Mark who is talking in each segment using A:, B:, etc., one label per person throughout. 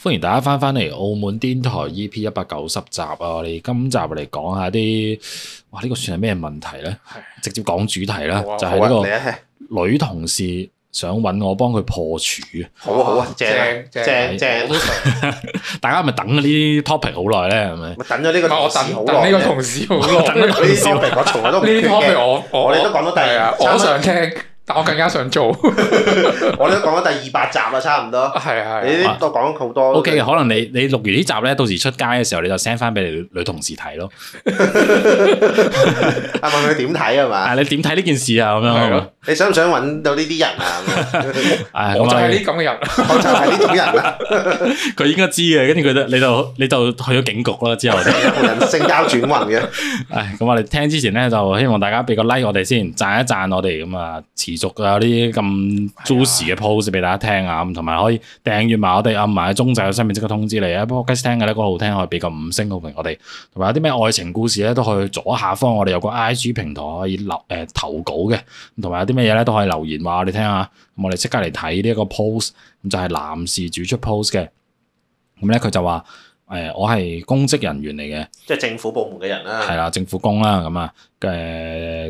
A: 歡迎大家翻返嚟澳門電台 EP 一百九十集啊！我哋今集嚟講下啲，哇！呢、個算係咩問題呢？直接講主題啦
B: 好啊，
A: 就係呢
B: 好啊嚟啊
A: 個女同事想揾我幫佢破處啊！
B: 好啊好啊，正啊
C: 正
B: 正
C: 正
B: 正
C: 我，都想，
A: 大家係咪等呢啲 topic 好耐呢？係咪？
B: 咪等咗呢
C: 唔
B: 個
C: 哦係我
B: 同事好
C: 等
B: 耐
C: 等呢個
B: 嘅
C: 同事好耐，
A: 等
C: 呢
A: 呢個同事
B: 呢啲 topic 我從來都唔缺
C: 啲 topic
B: 嘅，
C: 我我
B: 我哋都講到第
C: 係啊，
B: 差唔多
C: 我想聽，但我更加 想做，
B: 我哋都講咗第二百集啦，差唔多。
C: 係啊
B: 你
C: 係啊
B: 呢啲都講咗好多。
A: O K 嘅，可能你你錄完呢集咧，到時出街嘅時候你就 send 翻俾你女同事睇咯。
B: 啊問佢點睇係嘛？
A: 啊，你點睇呢件事啊？咁
C: 係
A: 樣
C: 咯，
B: 你想唔想揾到呢啲人啊？咁
A: 唉，
C: 我
A: 咁
C: 就係
A: 啊，
C: 呢咁嘅人，
B: 我就係呢種人啦，
A: 佢應該知嘅。跟住佢就你就你就去咗警局啦。之後就，
B: 人性交轉運嘅。
A: 唉，咁我哋聽之前咧，就希望大家俾個 like 我哋先，讚一讚我哋咁啊，持續有啲咁 juicy 嘅 post 俾大家聽啊，咁同埋可以訂閱埋我哋，按埋個鐘仔，有新片即刻通知你啊。不過 podcast 聽嘅咧，個好聽可以俾個五星好評我哋，同埋有啲咩愛情故事咧，都可以左下方我哋有個 IG 平台可以留誒、呃投稿嘅。同埋有啲咩嘢咧都可以留言話我哋聽下，咁我哋即刻嚟睇呢一個 post，咁就係男事主出 post 嘅，咁咧佢就話誒、呃我係公職人員嚟嘅，
B: 即係政府部門嘅人
C: 啊
B: 啦
A: 係。啊啦政府工啦咁啊，誒、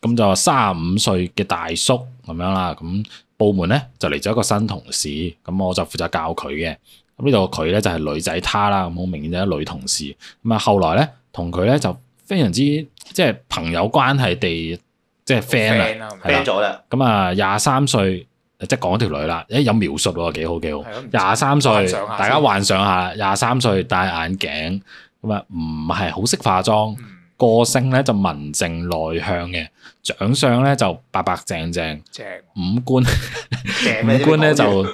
A: 咁就三十五歲嘅大叔咁樣啦，咁部門咧就嚟咗一個新同事，咁我就負責教佢嘅，咁呢度個佢咧就係、女仔她啦，咁好明顯就係女同事，咁啊後來咧同佢咧就非常之即係朋友關係地即係 friend 啊。
C: 啊，
A: 係啦
B: friend 咗啦，
A: 咁啊，廿三歲，即係講條女啦，誒有描述喎，幾好幾好。
C: 係咯唔知
A: 廿三歲
C: 幻想，下
A: 大家幻想下，廿三歲戴眼鏡，咁啊唔係好識化妝，
C: 嗯
A: 個性咧就文靜內向嘅，長相咧就白白淨淨，
C: 正
A: 五 官
B: 正咩
A: 五官咧
B: 呢啲
A: 就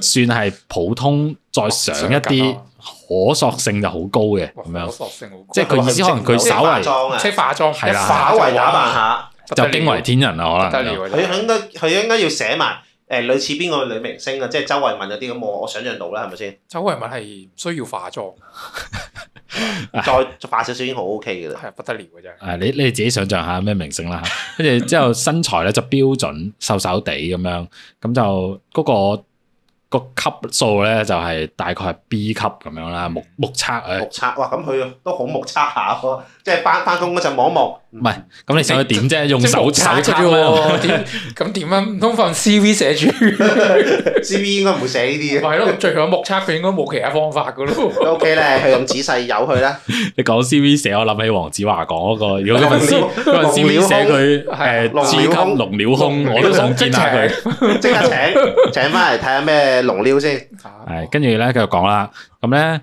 A: 算係普通，再上一啲 可塑性就好高嘅
C: 哇
A: 咁樣，
C: 索性好高，
A: 即係佢意思可能佢
B: 即係
A: 稍
B: 化
A: 為
B: 妝啊，
C: 即係化妝，
A: 係啦
C: 一化
B: 稍
C: 就
B: 為打
C: 哇
B: 扮下。
C: 不
A: 就
C: 得了
A: 驚為天人啦，
C: 不
A: 可
C: 得
A: 能就。
C: 了啊，
B: 佢應該佢應該要寫埋誒類似邊個女明星啊，即係周慧敏嗰啲咁，我我想象到啦，係咪先？
C: 周慧敏係唔需要化妝，
B: 再化少少已經好 OK 嘅啦。
C: 係不得了嘅真係。
A: 啊，你你哋自己想象下咩明星啦，跟住之後身材咧就標準瘦瘦地咁樣，咁就嗰、個個級數咧就係、大概係 B 級咁樣啦，目目測誒
C: 哦
B: 目，測哇，咁佢都好目測下喎，即係翻翻工嗰陣望一望，
A: 唔係咁你想佢點啫？用
C: 即係
A: 手
C: 冇
A: 手
C: 卡嘅
A: 測
C: 啫
A: 啦，
C: 喎，點咁點啊？唔通份 CV 寫住
B: CV 應該唔會寫呢啲
C: 係咯？最後目測佢應該冇其他方法嘅
B: 嘅。
C: 咯。
B: O K 咧，佢咁仔細由佢啦，
A: 你講 CV 寫，我諗起黃子華講嗰、個，如果嗰份 C
B: 龍
A: 嗰份 CV 寫佢
C: 係
A: 誒 G 級龍鳥胸，我都想見下佢。
B: 即刻請請翻嚟睇下咩龍料先。
A: 啊哦係，跟住咧佢就講啦，咁咧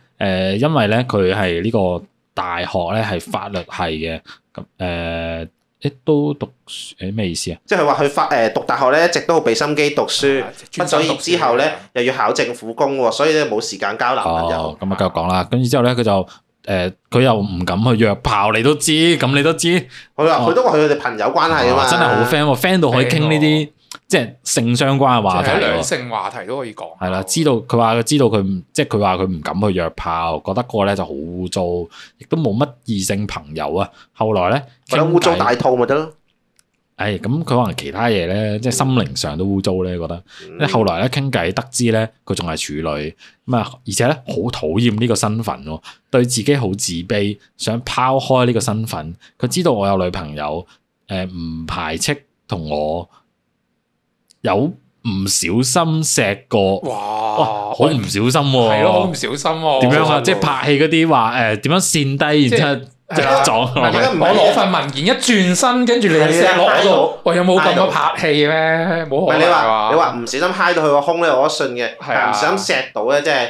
A: 誒，因為咧佢係呢個大學咧係法律系嘅，咁誒誒都讀誒咩意思啊？
B: 即係佢話佢發誒讀大學咧，一直都好俾心機讀書，畢咗業之後
A: 啊
B: 咧，又要考政府工喎，所以咧冇時間交男朋友。
A: 哦，咁啊繼續講啦，跟住之後咧佢就誒佢又唔敢去約炮，你都知，咁你都知，
B: 佢話佢都話佢哋朋友關係啊嘛，
A: 哇哦真係好 friend 喎，friend 到可以傾呢啲即係性相關嘅話題
C: 係兩
A: 喎。
C: 性話題都可以講。
A: 係啦，知道佢話佢知道佢唔，即係佢話佢唔敢去約炮，覺得個咧就好污糟，亦都冇乜異性朋友啊。後來咧，
B: 覺得污糟
A: 傾偈
B: 大肚咪得咯。
A: 誒咁佢可能其他嘢咧，即係心靈上都污糟咧，覺得。
B: 嗯
A: 咧後來咧傾偈得知咧，佢仲係處女咁啊，而且咧好討厭呢個身份喎，對自己好自卑，想拋開呢個身份。佢知道我有女朋友，誒、唔排斥同我有唔小心錫過，
C: 哇，
A: 哇，好唔小心喎、
C: 係咯，好唔小心喎。
A: 哦點樣啊？
B: 小心喎
A: 即係拍戲嗰啲話誒點樣跣低，然之後即
C: 係啦
A: 係撞
C: 唔
A: 落
C: 係啊
A: 去
B: 係
C: 我攞份文件一轉身，跟住你寫落我度，喂有冇咁多拍戲咩？
B: 唔
C: 冇可
B: 係你
C: 能
B: 話
C: 話
B: 你話唔小心揩到佢個胸咧，我都信嘅。
C: 係
B: 但
C: 啊
B: 唔小心錫到咧，真係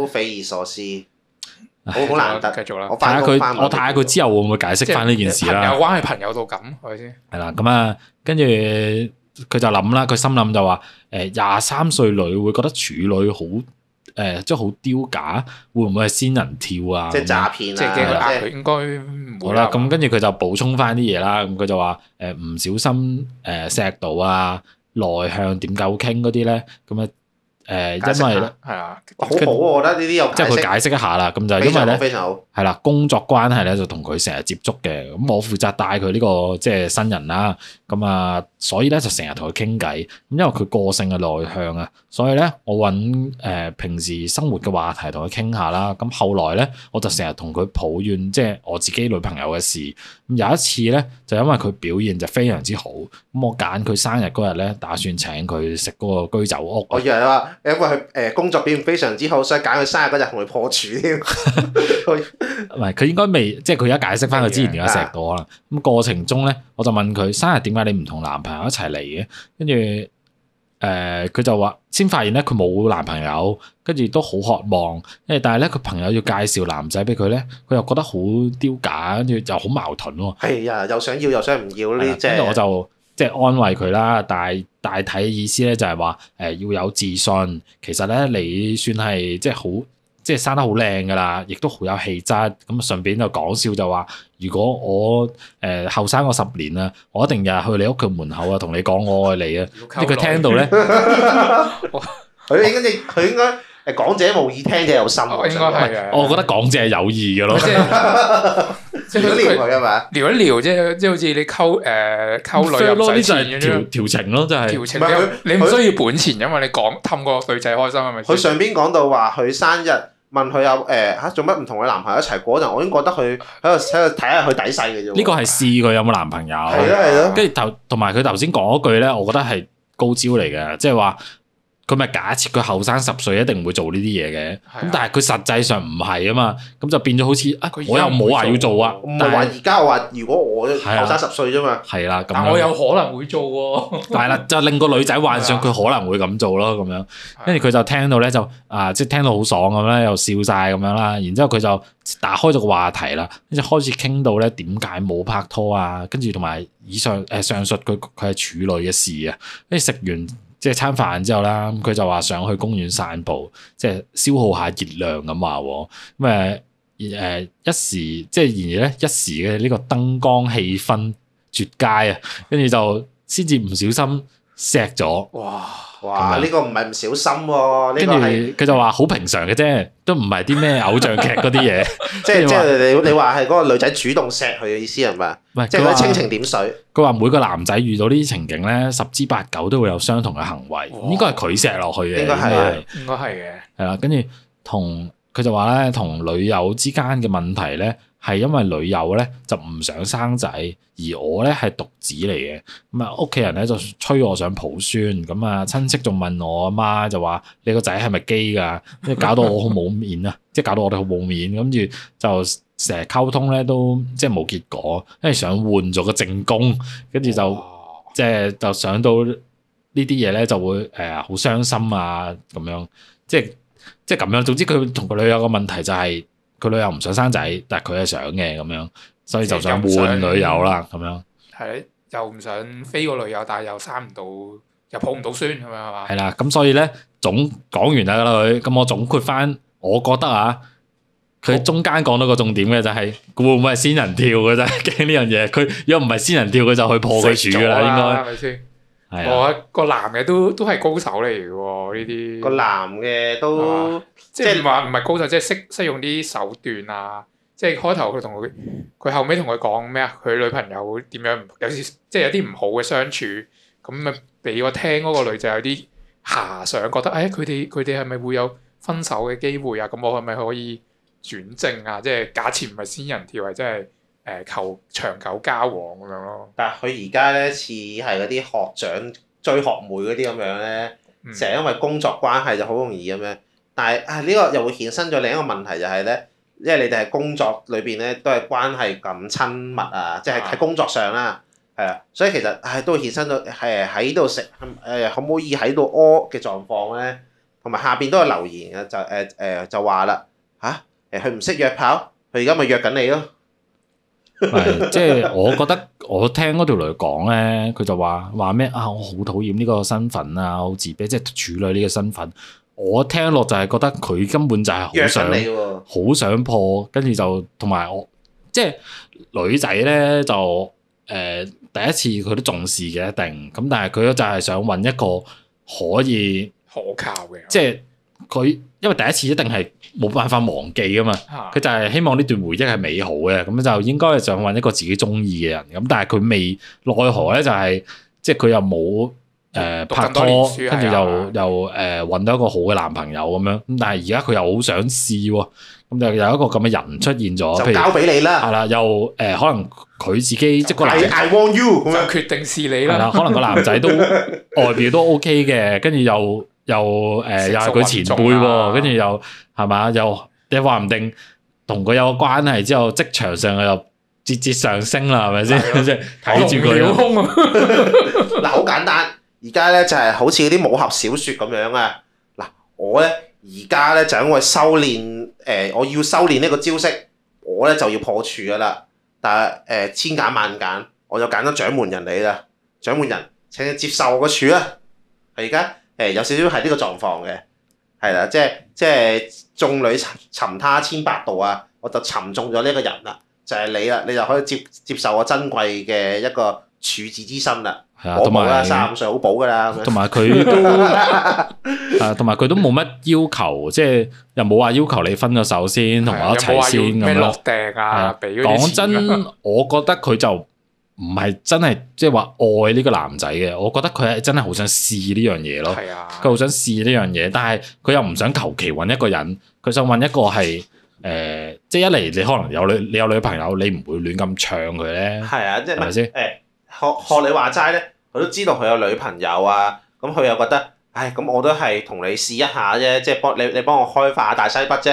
B: 好匪夷所思，好好難得。
C: 繼續啦
B: 我，
A: 睇下
B: 翻工翻
A: 佢，我睇下佢之後會唔會解釋翻呢件事啦。
C: 有關係朋友到咁係咪先？
A: 係啦，咁啊，跟住呃佢就諗啦，佢心諗就話，誒廿三歲女會覺得處女好，誒、即係好丟架，會唔會係仙人跳啊？
B: 即
A: 咁樣
B: 係詐騙
C: 即係驚佢
B: 啊！
C: 呃
B: 即
C: 佢，
B: 係
C: 應該唔
A: 好
C: 會
A: 啦，咁跟住佢就補充翻啲嘢啦，咁佢就話誒唔小心誒錫到啊，內向點解會傾嗰啲咧？咁啊诶，
B: 解釋
A: 因為
B: 下
C: 係啊，
B: 好好喎，我覺得呢啲有
A: 即係
B: 解
A: 佢
B: 釋，
A: 解釋一下啦，咁就因
B: 非
A: 為
B: 常好，
A: 咧
B: 非常好。
A: 係啦，工作關係咧就同佢成日接觸嘅，咁我負責帶佢呢個即係新人啦，咁啊，所以咧就成日同佢傾偈，咁因為佢個性嘅內向啊，所以咧我揾誒、呃平時生活嘅話題同佢傾下啦，咁後來咧我就成日同佢抱怨即係我自己女朋友嘅事，咁有一次咧就因為佢表現就非常之好，咁我揀佢生日嗰日咧打算請佢食嗰個居酒屋啊。
B: 我以為你話，因為佢誒工作表現非常之好，所以揀佢生日嗰日同佢破處 添。
A: 唔係佢應該未，即係佢而家解釋翻佢之前點解錫到可能。咁過程中咧，我就問佢生日點解你唔同男朋友一齊嚟嘅？跟住誒，呃佢、就話先發現咧，佢冇男朋友，跟住都好渴望。跟住但係咧，佢朋友要介紹男仔俾佢咧，佢又覺得好丟架，跟住又好矛盾喎。
B: 係啊，又想要又想唔要呢
A: 係啦
B: 啲，即
A: 跟住我
B: 係
A: 就即係安慰佢啦，但係大體嘅意思咧就係話誒要有自信，其實咧你算係即係好。即係生得好靚噶啦，亦都好有氣質。咁順便就講笑就話，如果我誒後生我十年啊，我一定日日去你屋企門口啊，同你講我愛你啊。
C: 要
A: 即係
C: 溝
A: 佢
C: 女
A: 聽到 咧，
B: 佢應該佢應該誒講者無意，聽者有心喎。
C: 哦我應該係嘅。
A: 我覺得講者係有意嘅咯。
C: 即係即
B: 真
C: 係
B: 係撩
C: 佢佢
B: 佢啊嘛，
C: 聊一聊，即係即係好似你溝誒溝女又
A: 咯，
C: 唔
A: 呢
C: 使
A: 就
C: 錢
A: 係
C: 嘅啫
A: 調，調情咯，真係
C: 調情
B: 唔係佢
C: 你唔需要本錢，因為你講氹個女仔開心係啊咪
B: 佢
C: 先？
B: 上邊講到話佢生日。問佢有誒嚇做乜唔同佢男朋友一齊嗰陣，我已經覺得佢喺度喺度睇下佢底細嘅啫喎。
A: 呢個係試佢有冇男朋友。
C: 啊
B: 係咯係咯啊
A: 跟住頭同埋佢頭先講嗰句咧，我覺得係高招嚟嘅，即係話佢咪假設佢後生十歲一定會做呢啲嘢嘅，
C: 係啊
A: 咁但係佢實際上唔係啊嘛，咁就變咗好似啊
C: 佢而，家
A: 我又冇話要做啊
B: 我唔，係
A: 但
B: 話
A: 係
B: 而家，我話如果我
A: 係啊
B: 後生十歲啫嘛，
A: 係啦咁
C: 但我
A: 樣，
C: 有可能會做 喎。
A: 但係啦就令個女仔幻想佢可能會咁做咯，咁樣。跟住佢就聽到咧就啊，即係聽到好爽咁啦，又笑晒咁樣啦。然之後佢就打開咗個話題啦，跟住開始傾到咧點解冇拍拖啊，跟住同埋以上誒、呃上述佢佢係處女嘅事啊。跟住食完即係餐飯之後啦，咁佢就話想去公園散步，即係消耗下熱量咁話喎。咁誒。誒、一時即係然而咧一時嘅呢個燈光氣氛絕佳啊，跟住就先至唔小心錫咗，
C: 哇！
B: 哇！
A: 咁樣
B: 呢個唔係唔小心喎，呢
A: 跟
B: 個
A: 住
B: 係。
A: 佢就話好平常嘅啫，都唔係啲咩偶像劇嗰啲 嘢。
B: 即係
A: 你
B: 即
A: 話
B: 係你你話係嗰個女仔主動錫佢嘅意思係咪？
A: 唔係
B: 即
A: 佢
B: 係嗰啲蜻
A: 話
B: 蜓點水，
A: 佢話每個男仔遇到呢啲情景咧，十之八九都會有相同嘅行為，
C: 哇
A: 應該係佢錫落去嘅，
B: 哦應該係
A: 應
C: 應該係嘅。
A: 係啦。跟住同佢就話咧，同女友之間嘅問題咧，係因為女友咧就唔想生仔，而我咧係獨子嚟嘅。咁啊，屋企人咧就催我想抱孫，咁啊親戚仲問我阿媽就話：你個仔係咪基㗎？即係搞到我好冇面啊！即係搞到我哋好冇面，跟住就成日溝通咧都即係冇結果，因為想換咗個正宮，跟住就。
C: 哇
A: 即係就想到呢啲嘢咧，就會誒好、傷心啊咁樣，即係即係咁樣。總之佢同佢女友個問題就係、佢女友唔想生仔，但係佢係想嘅咁樣，所以就想換女友啦咁樣。
C: 係又唔想飛個女友，但係又生唔到，又抱唔到孫咁樣係嘛
A: 係？啦，咁所以咧總講完啦佢，咁我總括翻，我覺得啊。佢中間講到個重點嘅就係、佢會唔會係仙人跳嘅啫？ 驚呢樣嘢，佢如果唔係仙人跳，佢就去破佢處噶啦，
C: 應該係咪先？
A: 應該係啊。
C: 我個男嘅都都係高手嚟嘅喎，呢啲
B: 個男嘅都即
C: 即係
B: 係
C: 話唔係高手，即係識識用啲手段啊！即係開頭佢同佢，佢後尾同佢講咩啊？佢女朋友點樣唔有啲即係有啲唔好嘅相處，咁咪俾我聽嗰個女仔有啲遐想，覺得誒佢哋佢哋係咪會有分手嘅機會啊？咁我係咪可以轉正啊？即係假設唔係仙人跳，係真係誒、呃求長久交往咁樣咯。
B: 但係佢而家咧似係嗰啲學長追學妹嗰啲咁樣咧，
C: 嗯
B: 成日因為工作關係就好容易咁樣。但係啊，呢個又會衍生咗另一個問題就係咧，因為你哋係工作裏邊咧都係關係咁親密啊，即係
C: 啊
B: 喺工作上啦，係啊，所以其實唉都會衍生到係喺度食誒可唔可以喺度屙嘅狀況咧，同埋下邊都有留言嘅就誒誒就話啦吓誒佢唔識約炮，佢而家咪約緊你咯。
A: 係即係我覺得 我聽嗰條女講咧，佢就話話咩啊，我好討厭呢個身份啊，好自卑，即係處女呢個身份。我聽落就係覺得佢根本就係
B: 約
A: 好
B: 緊
A: 想
B: 你喎，
A: 好想破，跟住就同埋我即係女仔咧就誒、呃第一次佢都重視嘅一定，咁但係佢就係想揾一個可以。
C: 可靠嘅。
A: 即係佢因為第一次一定係冇辦法忘記噶嘛，
C: 嚇
A: 佢就係希望呢段回憶係美好嘅，咁就應該就揾一個自己中意嘅人。咁但係佢未奈何咧，就係、即係佢又冇誒、呃
C: 讀
A: 拍
C: 咁多年
A: 拖，
C: 書
A: 跟住
C: 係啊
A: 又又誒揾到一個好嘅男朋友咁樣。咁但係而家佢又好想試喎，咁就有一個咁嘅人出現咗，譬
B: 就
A: 如
B: 交俾你
A: 係
B: 啦。
A: 啦，又誒、呃可能佢自己即係個男
B: I。I want you 咁
C: 就
B: 樣，
C: 決定是你
A: 係啦，
C: 啦。
A: 可能個男 仔都外表都 OK 嘅，跟住又又誒、
C: 成熟
A: 又係佢前輩
C: 穩重
A: 喎，
C: 啊
A: 跟住又係嘛又你話唔定同佢有關係之後，職場上又節節上升啦，係咪先？
C: 係啊咯
A: 即係睇住
C: 紅了
A: 佢，
C: 空啊！
B: 嗱好簡單。而家咧就係好似嗰啲武俠小説咁樣啊。嗱，我咧而家咧就因為修練誒、我要修練呢個招式，我咧就要破處噶啦。但係誒、千揀萬揀，我就揀咗掌門人你啦。掌門人，請你接受我個處啊！係而家誒有少少係呢個狀況嘅，係啦，即係即係眾女尋尋他千百度啊，我就尋中咗呢個人啦，就係、你啦，你就可以接接受我珍貴嘅一個處子之心啦。
A: 係啊，
B: 我
A: 同
B: 冇啦，
A: 埋
B: 三十五歲好補噶啦，咁樣
A: 同埋佢 都啊，同埋佢都冇乜要求，即係又冇話要求你分咗手先，同我一齊先
C: 啊有冇話要
A: 咁
C: 咩落
A: 樣。
C: 訂
A: 係
C: 啊？
A: 啊
C: 俾嗰啲
A: 講真
C: 錢啊，
A: 我覺得佢就唔係真係即係話愛呢個男仔嘅，我覺得佢係真係好想試呢樣嘢咯。
C: 係啊，
A: 佢好想試呢樣嘢，但係佢又唔想求其揾一個人，佢想揾一個係誒、呃即係一嚟你可能有女，你有女朋友，你唔會亂咁唱佢 咧，
B: 係啊，即係
A: 係咪
B: 誒
A: 先？
B: 學學你話齋咧，佢都知道佢有女朋友啊，咁佢又覺得，唉，咁我都係同你試一下啫，即係幫你你幫我開化大西北啫，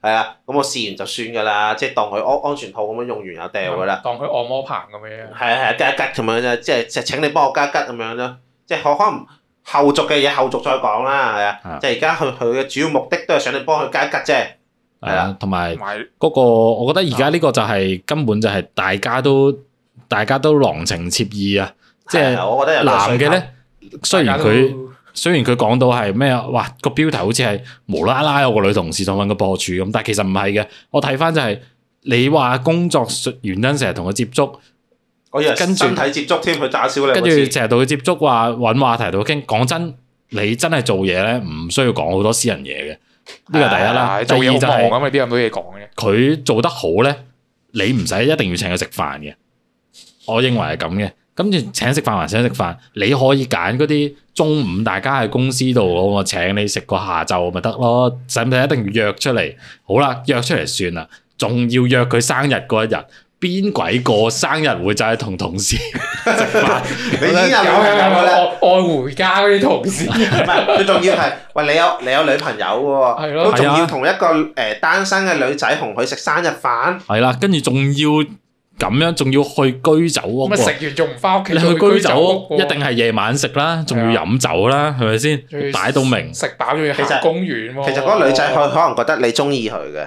B: 係啊，咁我試完就算噶啦，即係當佢安安全套咁樣用完又掉噶啦。
C: 當佢按摩棒咁樣。
B: 係啊係啊，吉一吉咁樣啫，即係即係請你幫我加吉咁樣咯，即係可可能後續嘅嘢後續再講啦，係啊
A: 啊，
B: 即係而家佢佢嘅主要目的都係想你幫佢加吉啫，係
A: 係
B: 啊
A: 啊，同埋
C: 同埋
A: 嗰個，我覺得而家呢個就係、根本就係大家都大家都郎情妾意啊！即係
B: 係啊我覺得有
A: 男嘅
B: 咧，
A: 咧，雖然
C: 大家
A: 佢
C: 都
A: 雖然佢講到係咩啊，哇個標題好似係無啦啦有個女同事想揾個播主咁，但係其實唔係嘅。我睇翻就係、你話工作原因成日同佢接觸。
B: 我以為
A: 跟住
B: 身體接觸添，佢打少你
A: 跟
B: 個
A: 住
B: 字，
A: 成日同佢接觸話揾話題度傾。講真，你真係做嘢咧，唔需要講好多私人嘢嘅。呢個第一啦，
C: 係
A: 第
C: 做
A: 二
C: 嘢
A: 就
C: 好
A: 係
C: 忙咁，啊你邊有咁多嘢講嘅？
A: 佢做得好咧，你唔使一定要請佢食飯嘅。我認為係咁嘅。跟住請食飯還請食飯，你可以揀嗰啲中午大家喺公司度，我請你食個下晝咪得咯，使唔使一定要約出嚟？好啦，約出嚟算啦，仲要約佢生日嗰一日，邊鬼個生日會就係同同事食飯？
B: 你已經有女朋友啦。
C: 愛愛回家嗰啲同事，
B: 唔係，最重要係，喂，你有你有女朋友喎，
C: 係咯
B: 都仲
A: 係
B: 要
A: 啊
B: 同一個誒單身嘅女仔同佢食生日飯，
A: 係啦，跟住仲要咁樣，仲要去居酒屋
C: 咁啊
A: 喎。
C: 食完仲唔翻屋企？
A: 你去
C: 仲要
A: 居酒屋
C: 喎
A: 一定係夜晚食啦，仲要飲酒啦，係咪
C: 仲要
A: 先？擺到明，
C: 食飽仲要
B: 其實
C: 行公園喎。
B: 其實嗰個女仔佢可能覺得你中意佢嘅，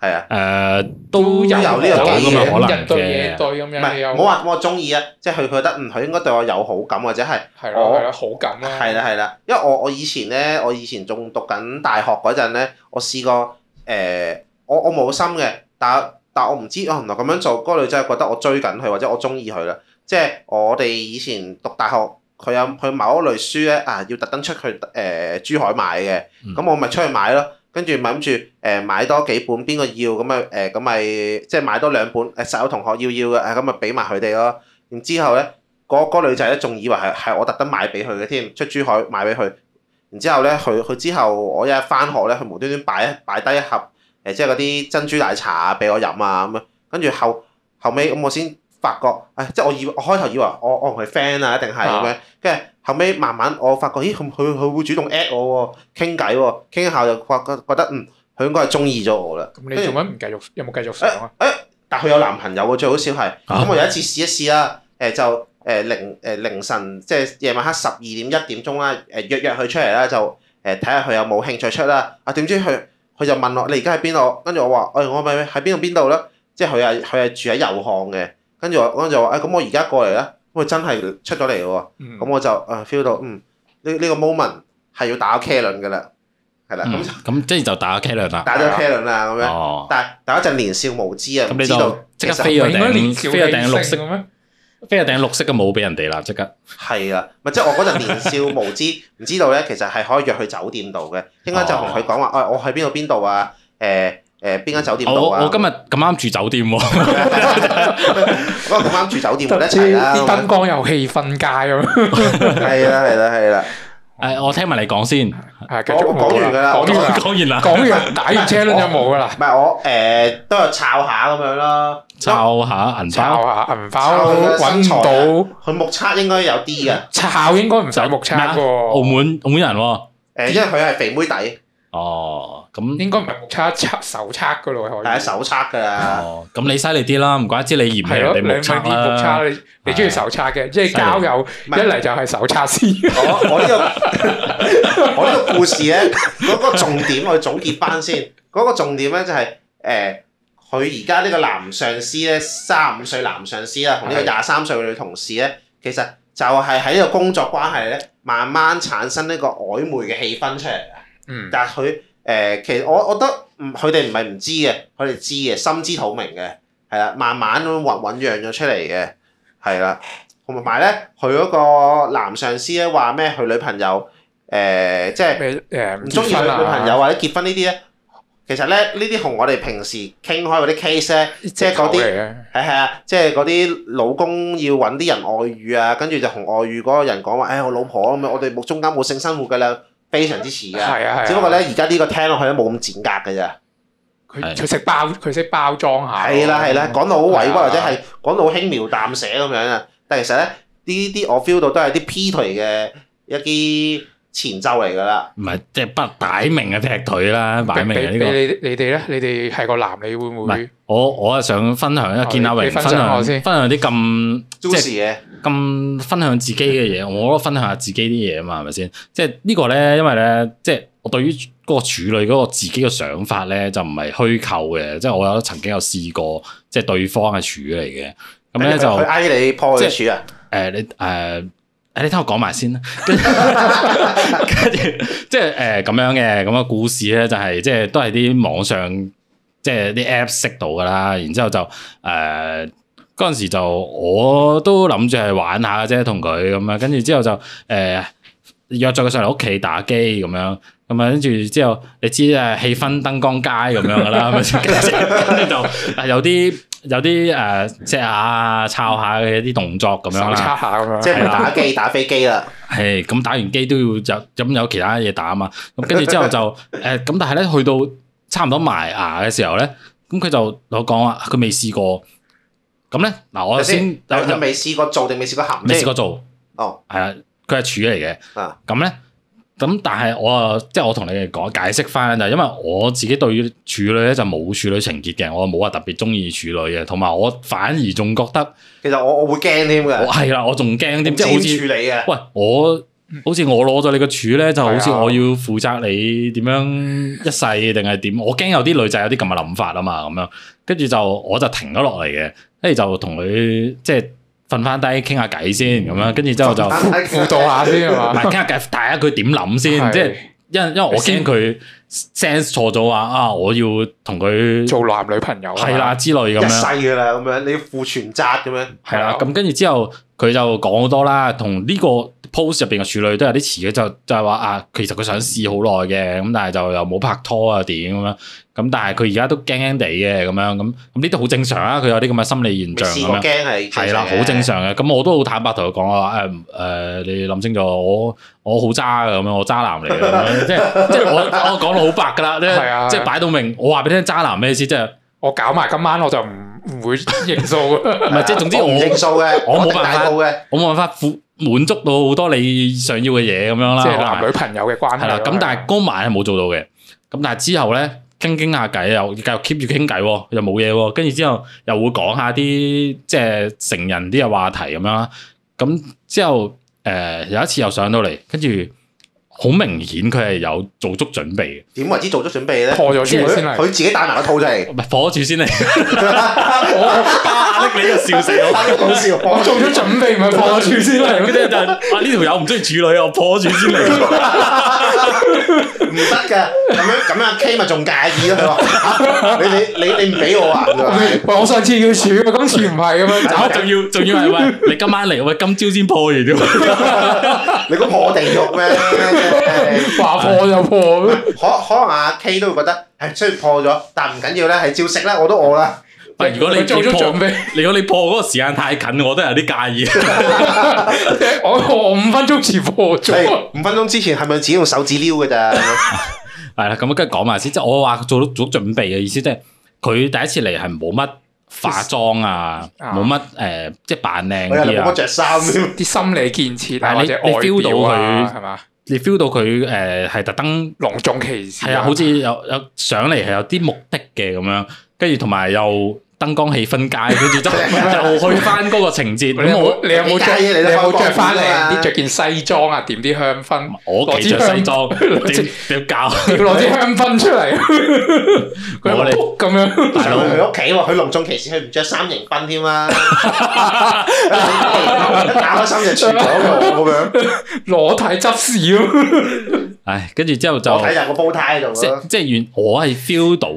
B: 係啊，
A: 誒呃都
B: 有呢個
A: 咁
B: 機
A: 嘅
B: 嘅
A: 可
C: 日
A: 能
C: 對夜
A: 嘅。
C: 對咁
B: 唔
C: 樣，你
B: 係，
C: 有
B: 唔好話我中意啊，即係佢覺得嗯，佢應該對我有好感或者係。
C: 係咯係咯好感啦。
B: 係啦係啦，因為我我以前咧，我以前仲讀緊大學嗰陣咧，我試過誒、我我冇心嘅，但但我唔知哦，原來咁樣做，嗰、個女仔覺得我追緊佢，或者我中意佢啦。即係我哋以前讀大學，佢有佢某一類書咧啊，要特登出去誒、珠海買嘅，
A: 嗯
B: 咁、我咪出去買咯。跟住咪諗住誒買多幾本，邊個要咁咪誒咁咪即係買多兩本誒實有同學要要嘅，啊咁咪俾埋佢哋咯。然之後咧。嗰嗰女仔咧，仲以為係係我特登買俾佢嘅添，出珠海買俾佢。然之後咧，佢佢之後我一日翻學咧，佢無端端擺擺低一盒誒、即係嗰啲珍珠奶茶啊，俾我飲啊咁樣。跟住後後尾咁我先發覺，誒、即係我以為我開頭以為我我同佢 friend 啊，一定係咁樣。跟住後尾慢慢我發覺，咦佢佢佢會主動 at 我喎，傾偈喎，傾一下就發覺覺得嗯，佢應該係中意咗我啦。
C: 咁你做乜唔繼續？有冇繼續上啊？
B: 但佢有男朋友喎，最好笑係。
A: 啊
B: 咁我有一次試一試啦，誒、就誒、凌誒、凌晨即係夜晚黑十二點一點鐘啦，誒、約約佢出嚟啦，就誒睇下佢有冇興趣出啦。啊點知佢佢就問我你而家喺邊度？跟住我話哎誒、我咪喺邊度邊度啦。即係佢係佢係住喺油巷嘅。跟住我跟住我話誒咁我而家過嚟啦。咁佢真係出咗嚟喎。
C: 嗯
B: 咁我就誒 feel 到嗯呢呢、個 moment 係要打 K 輪㗎啦，係啦。
A: 嗯
B: 咁
A: 咁即係就打 K 輪啦。
B: 打咗 K 輪啦咁樣，
A: 哦，
B: 但係但係嗰陣年少無知啊，
A: 咁
B: 唔
A: 你
B: 知道
A: 就即
B: 其
A: 刻
B: 實
A: 飛咗
C: 唔係應該年
A: 頂，
C: 少
A: 飛咗頂綠色
C: 氣盛嘅咩？
A: 飛咗頂綠色嘅帽俾人哋啦，即刻
B: 係啦，咪即係我 嗰陣年少無知，唔知道咧，其實係可以約去酒店度嘅，應該就
A: 哦
B: 同佢講話，誒、我去邊度邊度啊，誒誒邊間酒店
A: 我
B: 度
A: 我
B: 啊，
A: 我今日咁啱住酒店 喎，
B: 不過 咁啱住酒店一
C: 即
B: 齊
C: 係
B: 啦，
C: 啲燈光有氣氛街咁樣。
B: 係啦係啦係啦，
A: 誒我聽埋你講先，
C: 係繼
B: 我
C: 續
B: 我講完㗎啦
C: 講完啦，
A: 講完啦，
C: 講完打完車輪就冇㗎啦，
B: 唔係我誒都有抄下咁樣啦，
A: 抄下銀包
C: 抄。下銀包
B: 抄佢嘅身材啊
C: 揾唔
B: 佢目測應該有啲嘅，
C: 到，抄應該唔使目測
A: 咩啊澳
C: 喎，
A: 門澳門人喎，
B: 誒因為佢係肥妹底，
A: 哦咁
C: 應該唔係目測，測手測㗎咯，可以
B: 係。啊手測㗎啦，
A: 哦咁你犀利啲啦，唔怪之你嫌棄
C: 啊係
A: 人
C: 咯，
A: 哋
C: 你
A: 目
C: 咪啲
A: 測
C: 目
A: 啦。
C: 測，你你中意手測嘅，即係
A: 係
C: 交友
B: 唔
C: 一
B: 係
C: 嚟就係手測先。
B: 哦我我呢個我呢個故 事咧，嗰、個重點我要總結翻先。嗰、個重點咧就係、誒，佢而家呢個男上司咧，三十五歲男上司啦，同呢個
C: 係
B: 廿三歲嘅女同事咧，其實就係喺呢個工作關係咧，慢慢產生呢個曖昧嘅氣氛出嚟。
C: 嗯，
B: 但係佢誒，其實我我覺得唔，佢哋唔係唔知嘅，佢哋知嘅，心知肚明嘅，係啦，慢慢咁醖醖釀咗出嚟嘅，係啦。同埋咧，佢嗰個男上司咧話咩？佢女朋友誒、即係
C: 咩誒
B: 唔中意佢女朋友，或者結婚呢啲咧，其實咧呢啲同我哋平時傾開嗰啲 case 咧，即
C: 即
B: 係嗰啲
C: 啲
B: 係係啊，即係嗰啲老公要揾啲人外遇啊，跟住就同外遇嗰個人講話，誒、哎我老婆咁樣，我哋冇中間冇性生活㗎啦，非常之似㗎。
C: 係啊係啊。
B: 只不過咧，而家呢個聽落去都冇咁剪格嘅
A: 啊
B: 啫。
C: 佢佢識包佢識包裝下。
B: 係啦係啦，
A: 嗯
B: 講到好委屈
C: 係
B: 或
C: 啊
B: 者係講到好輕描淡寫咁樣啊。但其實咧，呢啲我 feel 到都係啲劈腿嘅一啲前奏嚟㗎啦。
A: 唔係即係不擺明嘅劈腿啦，擺明嘅呢
C: 俾俾
A: 個。
C: 你你哋咧，你哋係個男，你會唔
A: 唔
C: 會
A: 係？我我係啊想分享，因為見阿
C: 哦你
A: 榮
C: 你分
A: 分
C: 享
A: 享
C: 我
A: 分
C: 先
A: 享啲咁即
B: j u
A: 係
B: i 嘅
A: 咁分享自己嘅嘢，我都分享下自己啲嘢啊嘛，係咪先？即係呢個咧，因為咧，即係我對於嗰個處女嗰個自己嘅想法咧，就唔係虛構嘅，即係我有曾經有試過，即係對方係處女嚟嘅，咁咧就
B: 佢
A: 誒、
B: 嗌你破佢處啊！
A: 你誒。誒你聽我講埋先啦， 跟住跟住即係誒咁樣嘅咁嘅故事咧，就係即係都係啲網上即係啲 app 識到噶啦，然之後就誒嗰陣時就我都諗住係玩下嘅啫，同佢咁樣，跟住之後就誒、呃、約咗佢上嚟屋企打機咁樣。咁啊，跟住之後，你知誒氣氛燈光街咁樣噶啦，係咪先跟住跟住就啊有啲有啲誒隻下啊、抄下嘅一啲動作咁樣
C: 手
A: 啦。
C: 叉下咁樣，
B: 即係
A: 係啊
B: 唔
A: 啦
B: 打機打飛機啦，
A: 係咁打完機都要有咁有其他嘢打啊嘛，咁跟住之後 就誒咁，但係咧去到差唔多埋牙嘅時候咧，咁佢就同我講話佢未試過，咁咧嗱我先
B: 先但佢未試過做定未試過含
A: 未
B: 先
A: 試過做，
B: 哦，
A: 係啊，佢係處嚟嘅，
B: 啊
A: 咁咧咁但係我啊即係我同你哋講解釋翻就係因為我自己對於處女咧就冇處女情結嘅，我冇話特別中意處女嘅，同埋我反而仲覺得
B: 其實我我會驚添
A: 我
B: 嘅，
A: 係啦，我仲驚
B: 點
A: 添，
B: 知
A: 即係
B: 點
A: 好似
B: 處。理啊嘅？
A: 喂，我好似我攞咗你個柱咧，就好似
C: 嗯係啊
A: 我要負責你點樣一世定係點？我驚有啲女仔有啲咁嘅諗法啊嘛，咁樣跟住就我就停咗落嚟嘅，跟住就同佢即係瞓翻低傾下偈先咁樣，
C: 嗯
A: 跟住之後就唔
C: 輔導下先係嘛？
A: 係傾下偈，大家佢點諗先？即係因因為我驚佢 sense 錯咗話啊，我要同佢
C: 係做啊男女朋友
A: 係啦，之類咁
B: 一
A: 樣。
B: 世噶啦，咁樣你要負全責咁樣，
A: 係啦，咁跟住之後佢就講好多啦，同呢個 post 入邊嘅處女都有啲似嘅，就就係話啊，其實佢想試好耐嘅，咁但係就又冇拍拖啊點咁樣，咁但係佢而家都驚驚地嘅咁樣，咁咁呢啲好正常啊，佢有啲咁嘅心理現
B: 未
A: 象咁
B: 試過
A: 樣。
B: 驚係
A: 係啦，好正。常嘅。咁我都好坦白同佢講我話誒誒，你諗清楚，我我好渣嘅咁樣，我渣男嚟嘅咁樣，即係 即係我我講到好白㗎啦，即
C: 係
A: 係
C: 啊
A: 即係擺到明，我話俾你聽渣男咩意思，即係
C: 我搞埋今晚我就唔唔會認數 啦。
A: 唔係即係總之
B: 我唔認數嘅，
A: 我冇
B: 定
A: 辦法
B: 大肚嘅，
A: 我冇辦法滿滿足到好多你想要嘅嘢咁樣啦，
C: 即係
A: 可能
C: 男女朋友嘅關
A: 係
C: 係
A: 啦。咁但係嗰晚係冇做到嘅。咁但係之後咧，傾傾下偈又繼續 keep 住傾偈喎，又冇嘢喎。跟住之後又會講下啲即係成人啲嘅話題咁樣啦。咁之後誒、呃有一次又上到嚟，跟住好明顯佢係有做足準備嘅，
B: 點為之做咗準備咧？
C: 破咗
B: 佢
C: 處先
B: 佢
C: 係。
B: 自己帶埋個套出嚟，
A: 唔係火住先嚟， 我壓力你就笑死 我。
B: 好笑。
C: 我做咗準備，咪破咗處 先
A: 嗰
C: 嚟。
A: 啲就係啊呢條友唔中意處女，我破住先嚟。
B: 唔得㗎，咁樣咁樣 K 咪仲介意咯？佢話： 你你你你唔俾我啊！佢話
C: 喂，我上次要處，今次唔係咁啊樣
A: 然後
C: 走
A: 仲要仲要 係喂，你今晚嚟，喂今朝先破完啫。
B: 你估破地獄咩？
C: 話破就破。
B: 可可能阿 K 都會覺得係雖然破咗，但唔緊要啦，係照食啦，我都餓啦。
A: 喂，如果你
C: 佢做
A: 你
C: 咗
A: 破
C: 準備，
A: 如果你破嗰個時間太近，我都有啲介意。
C: 我我五分鐘前破咗。
B: 你五分鐘之前係咪自己用手指撩㗎 咋？
A: 係啦，咁啊跟住講埋先，即係我話做足準備嘅意思，即係佢第一次嚟係冇乜化妝啊，
C: 啊
A: 冇乜誒，即係扮靚
C: 哎
B: 我又
A: 啲
B: 冇乜
A: 啊。
B: 着衫 添。
C: 啲心理建設啊，
A: 但係
C: 或
A: 你
C: 者
A: 你
C: 外
A: feel 到
C: 表啊，
A: 佢
C: 係嘛？
A: 你 feel 到佢誒係特登
C: 隆重其事。
A: 係啊，好似有有上嚟係有啲目的嘅咁樣，跟住同埋又燈光氣氛佳，跟住 就又去翻嗰個情節。
C: 你有
A: 咁我
C: 冇你有冇着啊
B: 你介意你
C: 你
B: 都
C: 有冇
B: 開
C: 着
B: 放
C: 翻
B: 㗎嘛
C: 嚟啲着件西裝啊？點啲香薰，
A: 我屋企着西裝，啊點點 搞？
C: 要攞支香薰出嚟，佢
A: 我哋
C: 有個咁樣。
A: 大佬
B: 佢去屋企喎，佢隆重其事，佢唔着三型分添 啦。一打開心就全裸嘅我咁樣，
C: 裸體執事咯，
A: 唉，跟住之後就
B: 我睇就有個煲呔喺度
A: 即
B: 咯。
A: 即係原我係 feel 到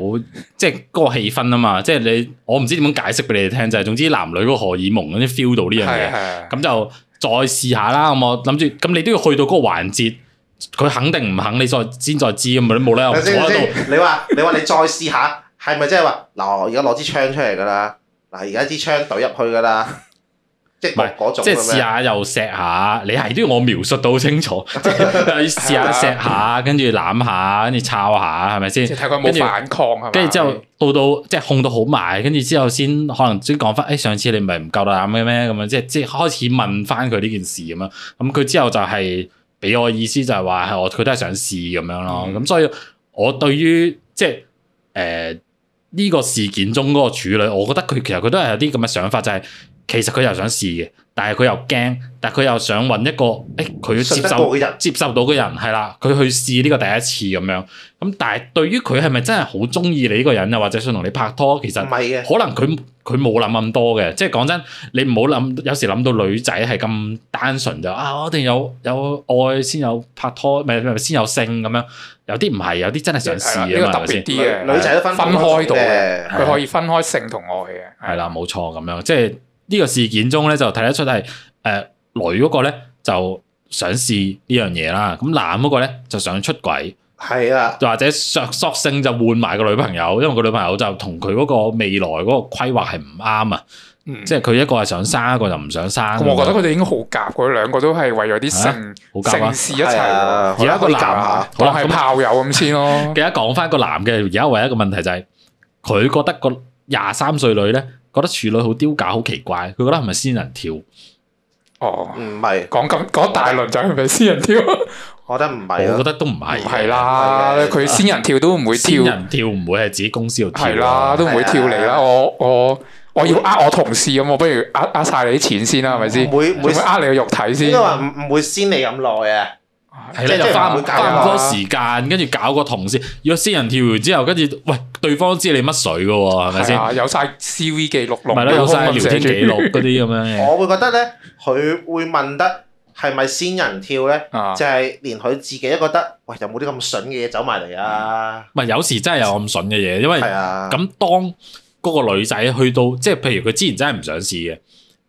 A: 即係嗰個氣氛啊嘛，即係你我唔知點樣解釋俾你哋聽，就係總之男女嗰個荷爾蒙嗰啲 feel 到呢樣嘢。
C: 係
A: 咁就再試下啦。咁我諗住，咁你都要去到嗰個環節，佢肯定唔肯，你再先再知咁你冇理由坐
B: 等陣先等陣
A: 喺度。
B: 先，你話你話你再試下，係咪即係話嗱？我而家攞支槍出嚟㗎啦，嗱而家支槍懟入去㗎啦，即係
A: 唔係
B: 嗰嗰種
A: 即係
B: 咁
A: 試
B: 樣。
A: 下又錫下，你係都要我描述到好清楚， 即係試下錫下，跟住攬下，跟住摷下，係咪
C: 即
A: 先？
C: 係睇佢有冇反抗係嘛？
A: 跟住之後到到即係控到好埋，跟住之後先可能先講翻，誒、上次你唔係唔夠膽嘅咩？咁樣即係即係開始問翻佢呢件事咁樣。咁佢之後就係俾我意思就係話係我佢都係想試咁樣咯。
C: 嗯
A: 咁、所以我對於即係誒呢個事件中嗰個處女，我覺得佢其實佢都係有啲咁嘅想法，就係、其實佢又想試嘅，但係佢又驚，但係佢又想揾一個誒佢要
B: 信
A: 接
B: 得
A: 受
B: 過嘅人，
A: 接受到嘅人係啦，佢去試呢個第一次咁樣。咁但係對於佢係咪真係好中意你呢個人啊，或者想同你拍拖，其實
C: 嗯
B: 唔係嘅，
A: 可能佢佢冇諗咁多嘅。即係講真，你唔好諗，有時諗到女仔係咁單純就啊，我一定有有愛先有拍拖，咪咪咪先有性咁樣。有啲唔係，有啲真係想試
C: 係啦呢
A: 啊
C: 個
A: 嘛，係
C: 特
A: 咪
C: 別
A: 先？
C: 啲嘅
B: 女女仔都分
C: 分開到
A: 啊
B: 嘅，
C: 佢可以分開性同愛嘅，
A: 係啦，冇錯咁樣，即係呢個事件中咧就睇得出係誒、呃女嗰個咧就想試呢樣嘢啦，咁男嗰個咧就想出軌，
B: 係啦，
A: 又或者索索性就換埋個女朋友，因為個女朋友就同佢嗰個未來嗰個規劃係唔啱啊，
C: 嗯
A: 即係佢一個係想生，一個就唔想生。
C: 咁我覺得佢哋已經好夾，佢兩個都係為咗啲性
A: 好夾啊
C: 性事一齊
B: 係
C: 喎，
B: 啊
A: 而家個
B: 可以夾
A: 男
B: 下，
A: 好
C: 當
A: 啦，
C: 係
A: 咁
C: 炮友咁先咯。
A: 記得講翻個男嘅，而家唯一一個問題就係、佢覺得個廿三歲女咧覺得處女好丟架，好奇怪，佢覺得係咪仙人跳？
C: 哦，
B: 唔係，
C: 講咁講大輪仔係咪仙人跳？唔
B: 我覺得唔係
A: 我覺
B: 啊，
A: 得都唔係嘅，
C: 係啦，
B: 係嘅
C: 佢仙人跳都唔會
A: 仙
C: 跳，
A: 人跳唔會係自己公司度跳啊
C: 係啦，都唔會跳你
B: 係
C: 啦。
B: 啊
C: 我我我要呃我同事咁，我不如呃呃晒你啲錢先啦，係咪先？
B: 唔會
C: 會
B: 唔
C: 唔
B: 會
C: 會呃你個肉體先
B: 應該？話唔唔會先你咁耐啊，
A: 係
B: 即係
A: 啦，又花
B: 唔會搞啊
A: 花咁多時間，跟住搞個同事，如果仙人跳完之後，跟住喂對方知你乜水嘅喎，係咪先
C: 係？啊？有晒 CV 記錄，
A: 咪
C: 龍
A: 啦，有晒聊天記
C: 記
A: 錄嗰啲咁樣嘅，
B: 我會覺得咧，佢會問得係咪仙人跳咧，
C: 啊
B: 就！係連佢自己都覺得，喂有冇啲咁筍嘅嘢走埋嚟啊？
A: 咪有時真係有咁筍嘅嘢，因為
B: 係啊，
A: 咁當嗰個女仔去到，即係譬如佢之前真係唔想試嘅，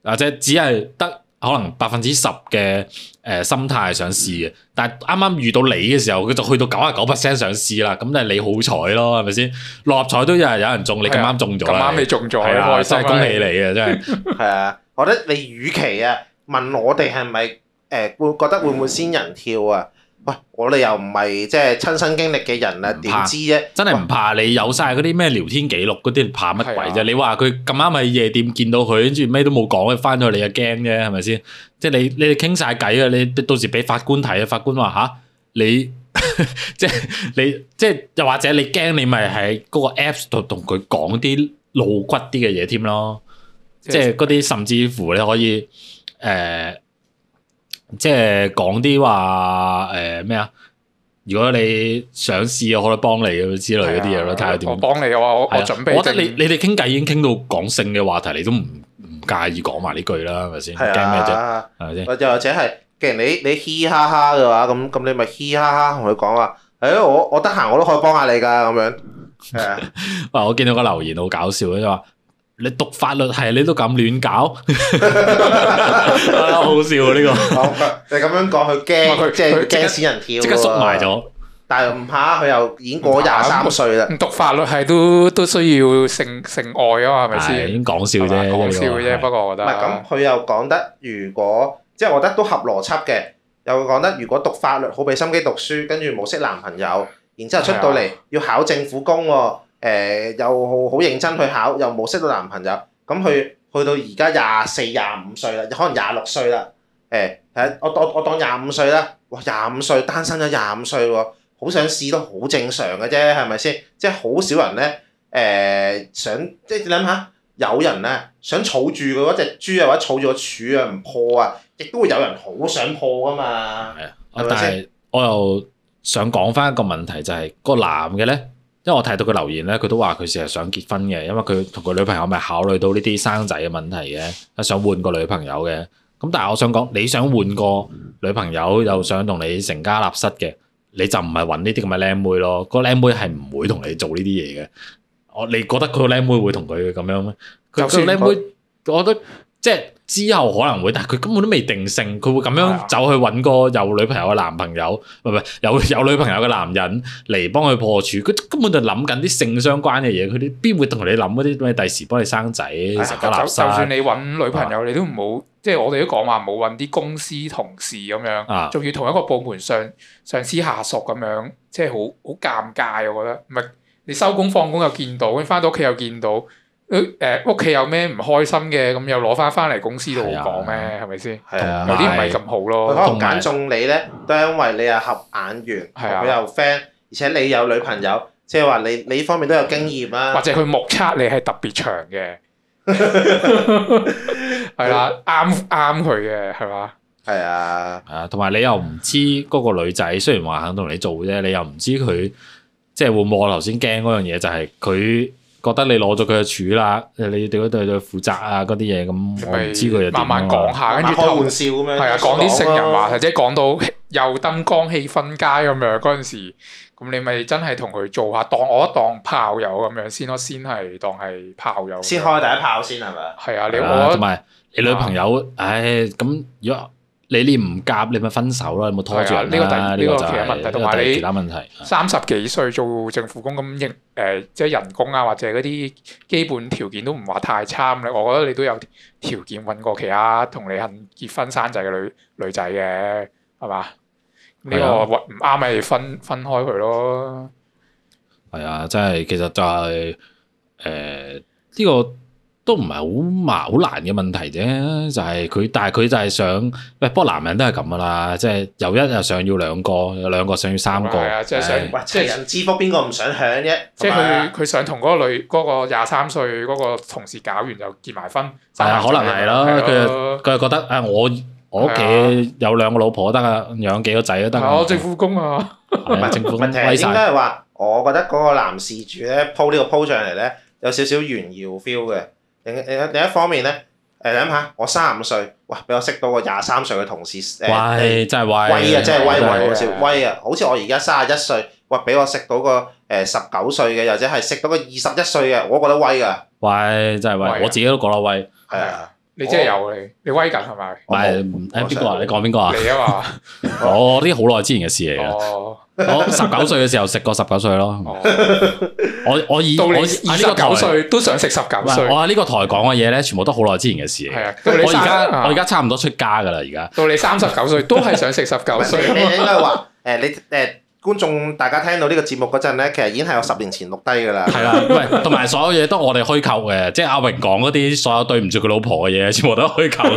A: 或者只係得可能百分之十嘅誒心態係想試嘅，但係啱啱遇到你嘅時候，佢就去到九啊九 percent 想試啦，咁就係你好彩咯，係咪先？六合彩都有人有人中，你咁啱中咗
C: 咁
A: 啦，
C: 啱你中咗，
A: 係
C: 你
A: 啦，真
C: 開心
A: 係
C: 啦
A: 恭喜你嘅，真係。
B: 係啊，我覺得你與其啊問我哋係咪誒會覺得會唔會仙人跳啊？喂，我哋又唔係即係親身經歷嘅人啊，
A: 唔
B: 點
A: 怕
B: 知啫？
A: 真係唔怕你有晒嗰啲咩聊天記錄嗰啲，怕乜鬼
C: 係
A: 啫？
C: 啊
A: 你話佢咁啱喺夜店見到佢，跟住咩都冇講，翻咗去你就驚啫，係咪先？即係你你哋傾晒偈啊！你到時俾法官睇啊，法官話吓你 即係你即係又或者你驚你咪喺嗰個 Apps 度同佢講啲露骨啲嘅嘢添咯，即係嗰啲甚至乎你可以誒、呃即係講啲話誒咩啊？如果你想試，我可以幫你咁之類嗰啲嘢咯，睇下點
C: 啊我。幫你，我話我我
A: 係啊
C: 準備。
A: 我覺得你你哋傾偈已經傾到講性嘅話題，你都唔唔介意講埋呢句啦，係咪先？
B: 係
A: 驚咩啫？
B: 啊。
A: 係咪先？
B: 或又或者係，既然你你嘻哈哈嘅話，咁咁你咪嘻哈哈同佢講話，誒、我我得閒我都可以幫下你㗎咁樣，係啊，
A: 哇！我見到個留言好搞笑嘅，就話你讀法律系你都咁亂 搞， 好笑啊！呢個
B: 好你咁樣講佢
C: 唔係
B: 驚，
C: 佢
B: 即係
C: 佢即刻
B: 驚死人跳，
A: 即刻縮埋，咗。
B: 但係唔怕，佢又已經過廿三歲啦，
C: 唔讀法律係都都需要性性愛啊嘛，係咪
A: 係已
C: 先？
A: 經講笑
C: 係嘛
A: 啫，
C: 講笑嘅啫。
A: 呢個係
C: 不過我
B: 唔
C: 覺
B: 係
C: 得啊
B: 咁，佢又講得，如果即係我覺得都合邏輯嘅，又講得如果讀法律好俾心機讀書，跟住冇識男朋友，然之後出到嚟要考政府工喎，誒又好好認真去考，又冇識到男朋友，咁佢去到而家廿四、廿五歲啦，可能廿六歲啦，誒係啊我當我當廿五歲啦，哇廿五歲單身咗廿五歲喎，好想試都好正常嘅啫，係咪先？即係好少人咧。誒、想即係你諗下，有人咧想儲住佢嗰隻豬啊，或者儲住個柱啊唔破啊，亦都會有人好想破噶嘛。
A: 係啊
B: 係咪
A: 但
B: 先
A: 係我又想講翻一個問題，就係個男嘅咧，因為我睇到佢留言咧，佢都話佢成日想結婚嘅，因為佢同佢女朋友咪考慮到呢啲生仔嘅問題嘅，想換個女朋友嘅。咁但係我想講，你想換個女朋友又想同你成家立室嘅，你就唔係揾呢啲咁嘅靚妹咯。個靚妹係唔會同你做呢啲嘢嘅。我你覺得佢個靚妹會同佢咁樣咩？佢個
C: 就
A: 靚
C: 算
A: 妹，我覺得即係之後可能會，但係佢根本都未定性，佢會咁
C: 係
A: 樣
C: 啊
A: 走去揾個有女朋友嘅男朋友，唔係唔係 有有女朋友嘅男人嚟幫佢破處。佢根本就諗緊啲性相關嘅嘢，佢啲邊會同你諗嗰啲咩第時幫你生仔成家
C: 啊就
A: 立
C: 就
A: 室
C: 算你揾女朋友，你都唔好，即係我哋都講話冇揾啲公司同事咁樣，
A: 啊？
C: 仲要同一個部門上上司下屬咁樣，即係好好尷尬，我覺得。唔係你收工放工又見到，跟翻到屋企又見到，誒屋企有咩唔開心嘅，咁又攞翻翻嚟公司度
A: 係啊
C: 講咩？係咪先？
B: 係啊
C: 有啲唔係咁好
B: 佢
C: 咯。
B: 可能
A: 同埋
B: 揀中你咧，都係因為你又合眼緣，同
C: 係啊
B: 佢又 friend，而且你有女朋友，即係話你你呢方面都有經驗 啊
C: 或
B: 啦。
C: 者佢目測你係特別長 嘅，係啦，啱啱佢嘅係嘛？
B: 係啊，
A: 係啊，同埋你又唔知嗰個女仔，雖然話肯同你做啫，你又唔知佢即係會唔會我頭先驚嗰樣嘢，就係佢覺得你攞咗佢嘅處啦，你哋嗰度就負責啊嗰啲嘢，咁我唔知佢又點啊
C: 慢慢講下，跟住
B: 開玩
C: 偷
B: 笑咁樣。
C: 係啊，講啲成人話
B: 話
C: 題，即係講到 又燈光氣氛佳咁樣嗰陣時，咁你咪真係同佢做下，當我當炮友咁樣先咯，先係當係炮友。
B: 先開第一炮先係咪啊？
C: 係啊，你
A: 係啊
C: 我
A: 同埋你女朋友，唉，咁如果你哋唔夾，你咪分手啦，你咪拖住人
C: 係啊
A: 啦。
C: 呢個第
A: 個
C: 呢個
A: 就係
C: 其他問題
A: 呢個
C: 同埋
A: 第
C: 你
A: 其他問題。啊
C: 三十幾歲做政府工咁應誒，即係人工啊，或者嗰啲基本條件都唔話太差咁我覺得你都有條件揾過其他同你肯結婚生仔嘅女女仔嘅，係嘛？呢
A: 係啊
C: 個唔啱咪分分開佢咯。
A: 係啊，真係其實就係誒呢個都唔係好麻好難嘅問題啫，就係、佢，但係佢就係想，喂，不過男人都係咁噶啦，即係有一又想要兩個，有兩個想要三個，
C: 係啊即係想
A: 唉
B: 喂，情人之福邊個唔想享啫？
C: 即係
B: 同埋
C: 佢佢想同嗰個女嗰、個廿三歲嗰個同事搞完就結埋婚，
A: 係啊，可能係啦，佢
C: 佢
A: 佢又覺得啊，我我屋企有兩個老婆得啊，養幾個仔都得啊，
C: 啊我政府工啊，
A: 係啊政府
B: 問題
A: 威
B: 應
A: 晒，
B: 該係話，我覺得嗰個男事主咧鋪呢個鋪上嚟咧，有少少炫耀 feel 嘅。另另另一方面咧，誒你諗下，我三十五歲，哇！俾我識到個廿三歲嘅同事，誒
A: 喂，真係威
B: 威啊，真係威
C: 真係
B: 威
C: 威
B: 好笑
C: 啊
B: 威啊！好似我而家三十一歲，哇！俾我識到個誒十九歲嘅，又或者係識到個二十一歲嘅，我覺得威噶，
A: 喂，真係
C: 威啊
A: 威，我自己都覺得威，
B: 係啊，
C: 你真係有你，你威緊 係咪？
A: 唔係誒邊個啊？你講邊個啊？
C: 你啊嘛，
A: 我啲好耐之前嘅事嚟嘅。
C: 哦
A: 我十九歲嘅時候食過十九歲咯，
C: 哦，
A: 我我以
C: 到
A: 嗯我
C: 你二
A: 喺
C: 十
A: 呢個台
C: 九，歲都想食十九
A: 唔係
C: 歲，
A: 我喺呢個台講嘅嘢咧，全部都好耐之前嘅事嚟
C: 係
A: 嘅。
C: 啊，到你
A: 我而家
C: 三
A: 我而家差唔多出家噶啦，而家
C: 到你三十九歲都係想食十 九歲
B: 你
C: 啊
B: 你
C: 嘛
B: 應該話誒你誒觀眾大家聽到呢個節目嗰陣咧，其實已經係我十年前錄低噶啦。
A: 係啦，喂，同埋所有嘢都我哋虛構嘅，即係阿榮講嗰啲所有對唔住佢老婆嘅嘢，全部都虛 構。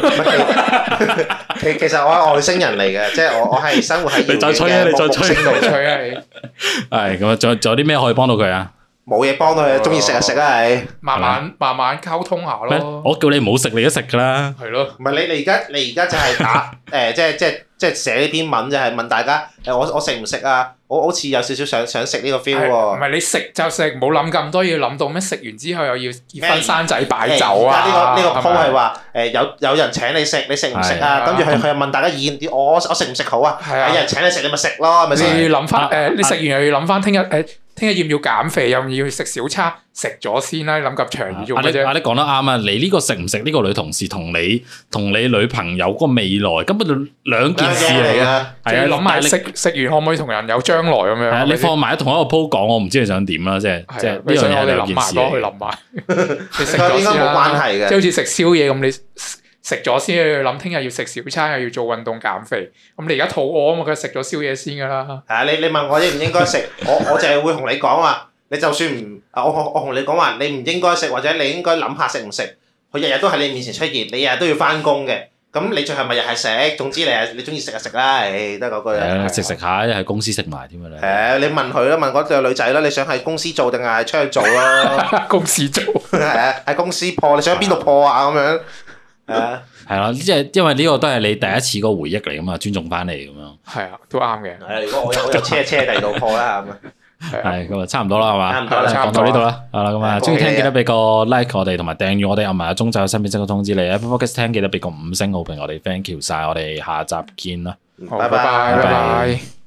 B: 其 其實我係外星人嚟嘅，即係我我係生活喺
A: 你再吹啊
B: 遙遠
A: 你
B: 嘅
A: 再吹
B: 木星度
C: 你吹啊你，
A: 係咁啊，仲有仲有啲咩可以幫到佢啊？
B: 冇嘢幫到佢，中意食就食啦你。
C: 慢慢慢慢溝通下
A: 啊咩
C: 咯，
A: 我叫你唔好食，你都食噶啦。
C: 係咯，
B: 唔係你你而家你而家就係 打誒、即係即係即係寫呢篇文就係問大家誒，我我食唔食啊？我好似有少少想想食呢個 feel
C: 係唔
B: 喎。
C: 係你食就食，冇諗咁多，要諗到咩食完之後又要結
B: 咩
C: 婚生仔擺酒
B: 誒而家
C: 啊，
B: 呢個呢個
C: 係
B: po
C: 咪
B: 係話誒有有人請你食，你食唔食啊？
C: 係
B: 跟住佢佢又問大家意見，我我食唔食好啊？
C: 係
B: 有
C: 啊
B: 人請你食，你咪食咯，係咪先？
C: 你要諗
A: 啊
C: 翻誒，你
A: 啊
C: 食完又要諗翻聽日誒，聽日要唔要減肥，又唔要食小餐，食咗先啦，你諗咁長
A: 啊阿
C: 遠
A: 你
C: 做乜啫？
A: 阿你講得啱啊！你呢個食唔食呢個女同事同你同你女朋友嗰個未來根本就兩件事嚟嘅。
B: 啊！
C: 係
A: 係
C: 啊，
A: 啊，
C: 諗
A: 但
C: 埋
A: 係你
C: 食食完可唔可以同人有將來咁樣？
A: 係啊，
C: 係咪
A: 你
C: 先
A: 放埋喺同一個鋪講，我唔知你想點啦，即係即
C: 係
A: 係
C: 啊
A: 呢，
C: 你
A: 樣
C: 想
A: 嘢
C: 我
A: 係
C: 哋
A: 兩
C: 諗
A: 件
C: 埋
A: 事
C: 咯，佢
A: 嚟嘅。
C: 諗 埋，你食咗
B: 應該
C: 先
B: 冇關
C: 啦。
B: 係
C: 即係
B: 嘅。
C: 好似食宵夜咁，你食咗先，又要諗聽日要食小餐，又要做運動減肥。咁你而家肚餓啊嘛，佢食咗宵夜先㗎啦。
B: 係啊，你你問我應唔應該食，我我就係會同你講話，你就算唔，啊我我我同你講話，你唔應該食，或者你應該諗下食唔食。佢日日都喺你面前出現，你日日都要翻工嘅，咁你最後咪日係食。總之你係你中意食就食啦，誒都係嗰句
A: 係
B: 啦
A: 啊，。食食下喺公司食埋添啊！你
B: 誒，你問佢啦，問嗰對女仔啦，你想喺公司做定係出去做咯？
C: 公事做，
B: 係啊，喺公司破，你想邊度破啊？咁 樣係啊，
A: 係啦，即係因為呢個都係你第一次個回憶嚟噶嘛，尊重翻你咁樣。
C: 係啊，都啱嘅
B: 係。啊，如果我有 我有車車第二度破啦，咁啊，
C: 係啊
A: 係咁啊，差唔多啦，係嘛？
B: 差唔多啦
A: 係
C: 差唔
A: 講到
C: 多啦
A: 呢度啦，係啦，咁啊，
B: 係
A: 中意
B: 恭喜
A: 聽
B: 你
A: 記得俾個 like 我哋，同埋訂閱我哋，同埋中就有身邊即刻通知你啊。Apple Podcast 聽記得俾個五星好評我哋，thank you 晒，我哋下集見啦。
C: 好，
B: 拜
C: 拜
B: 拜。
A: 拜
C: 拜拜。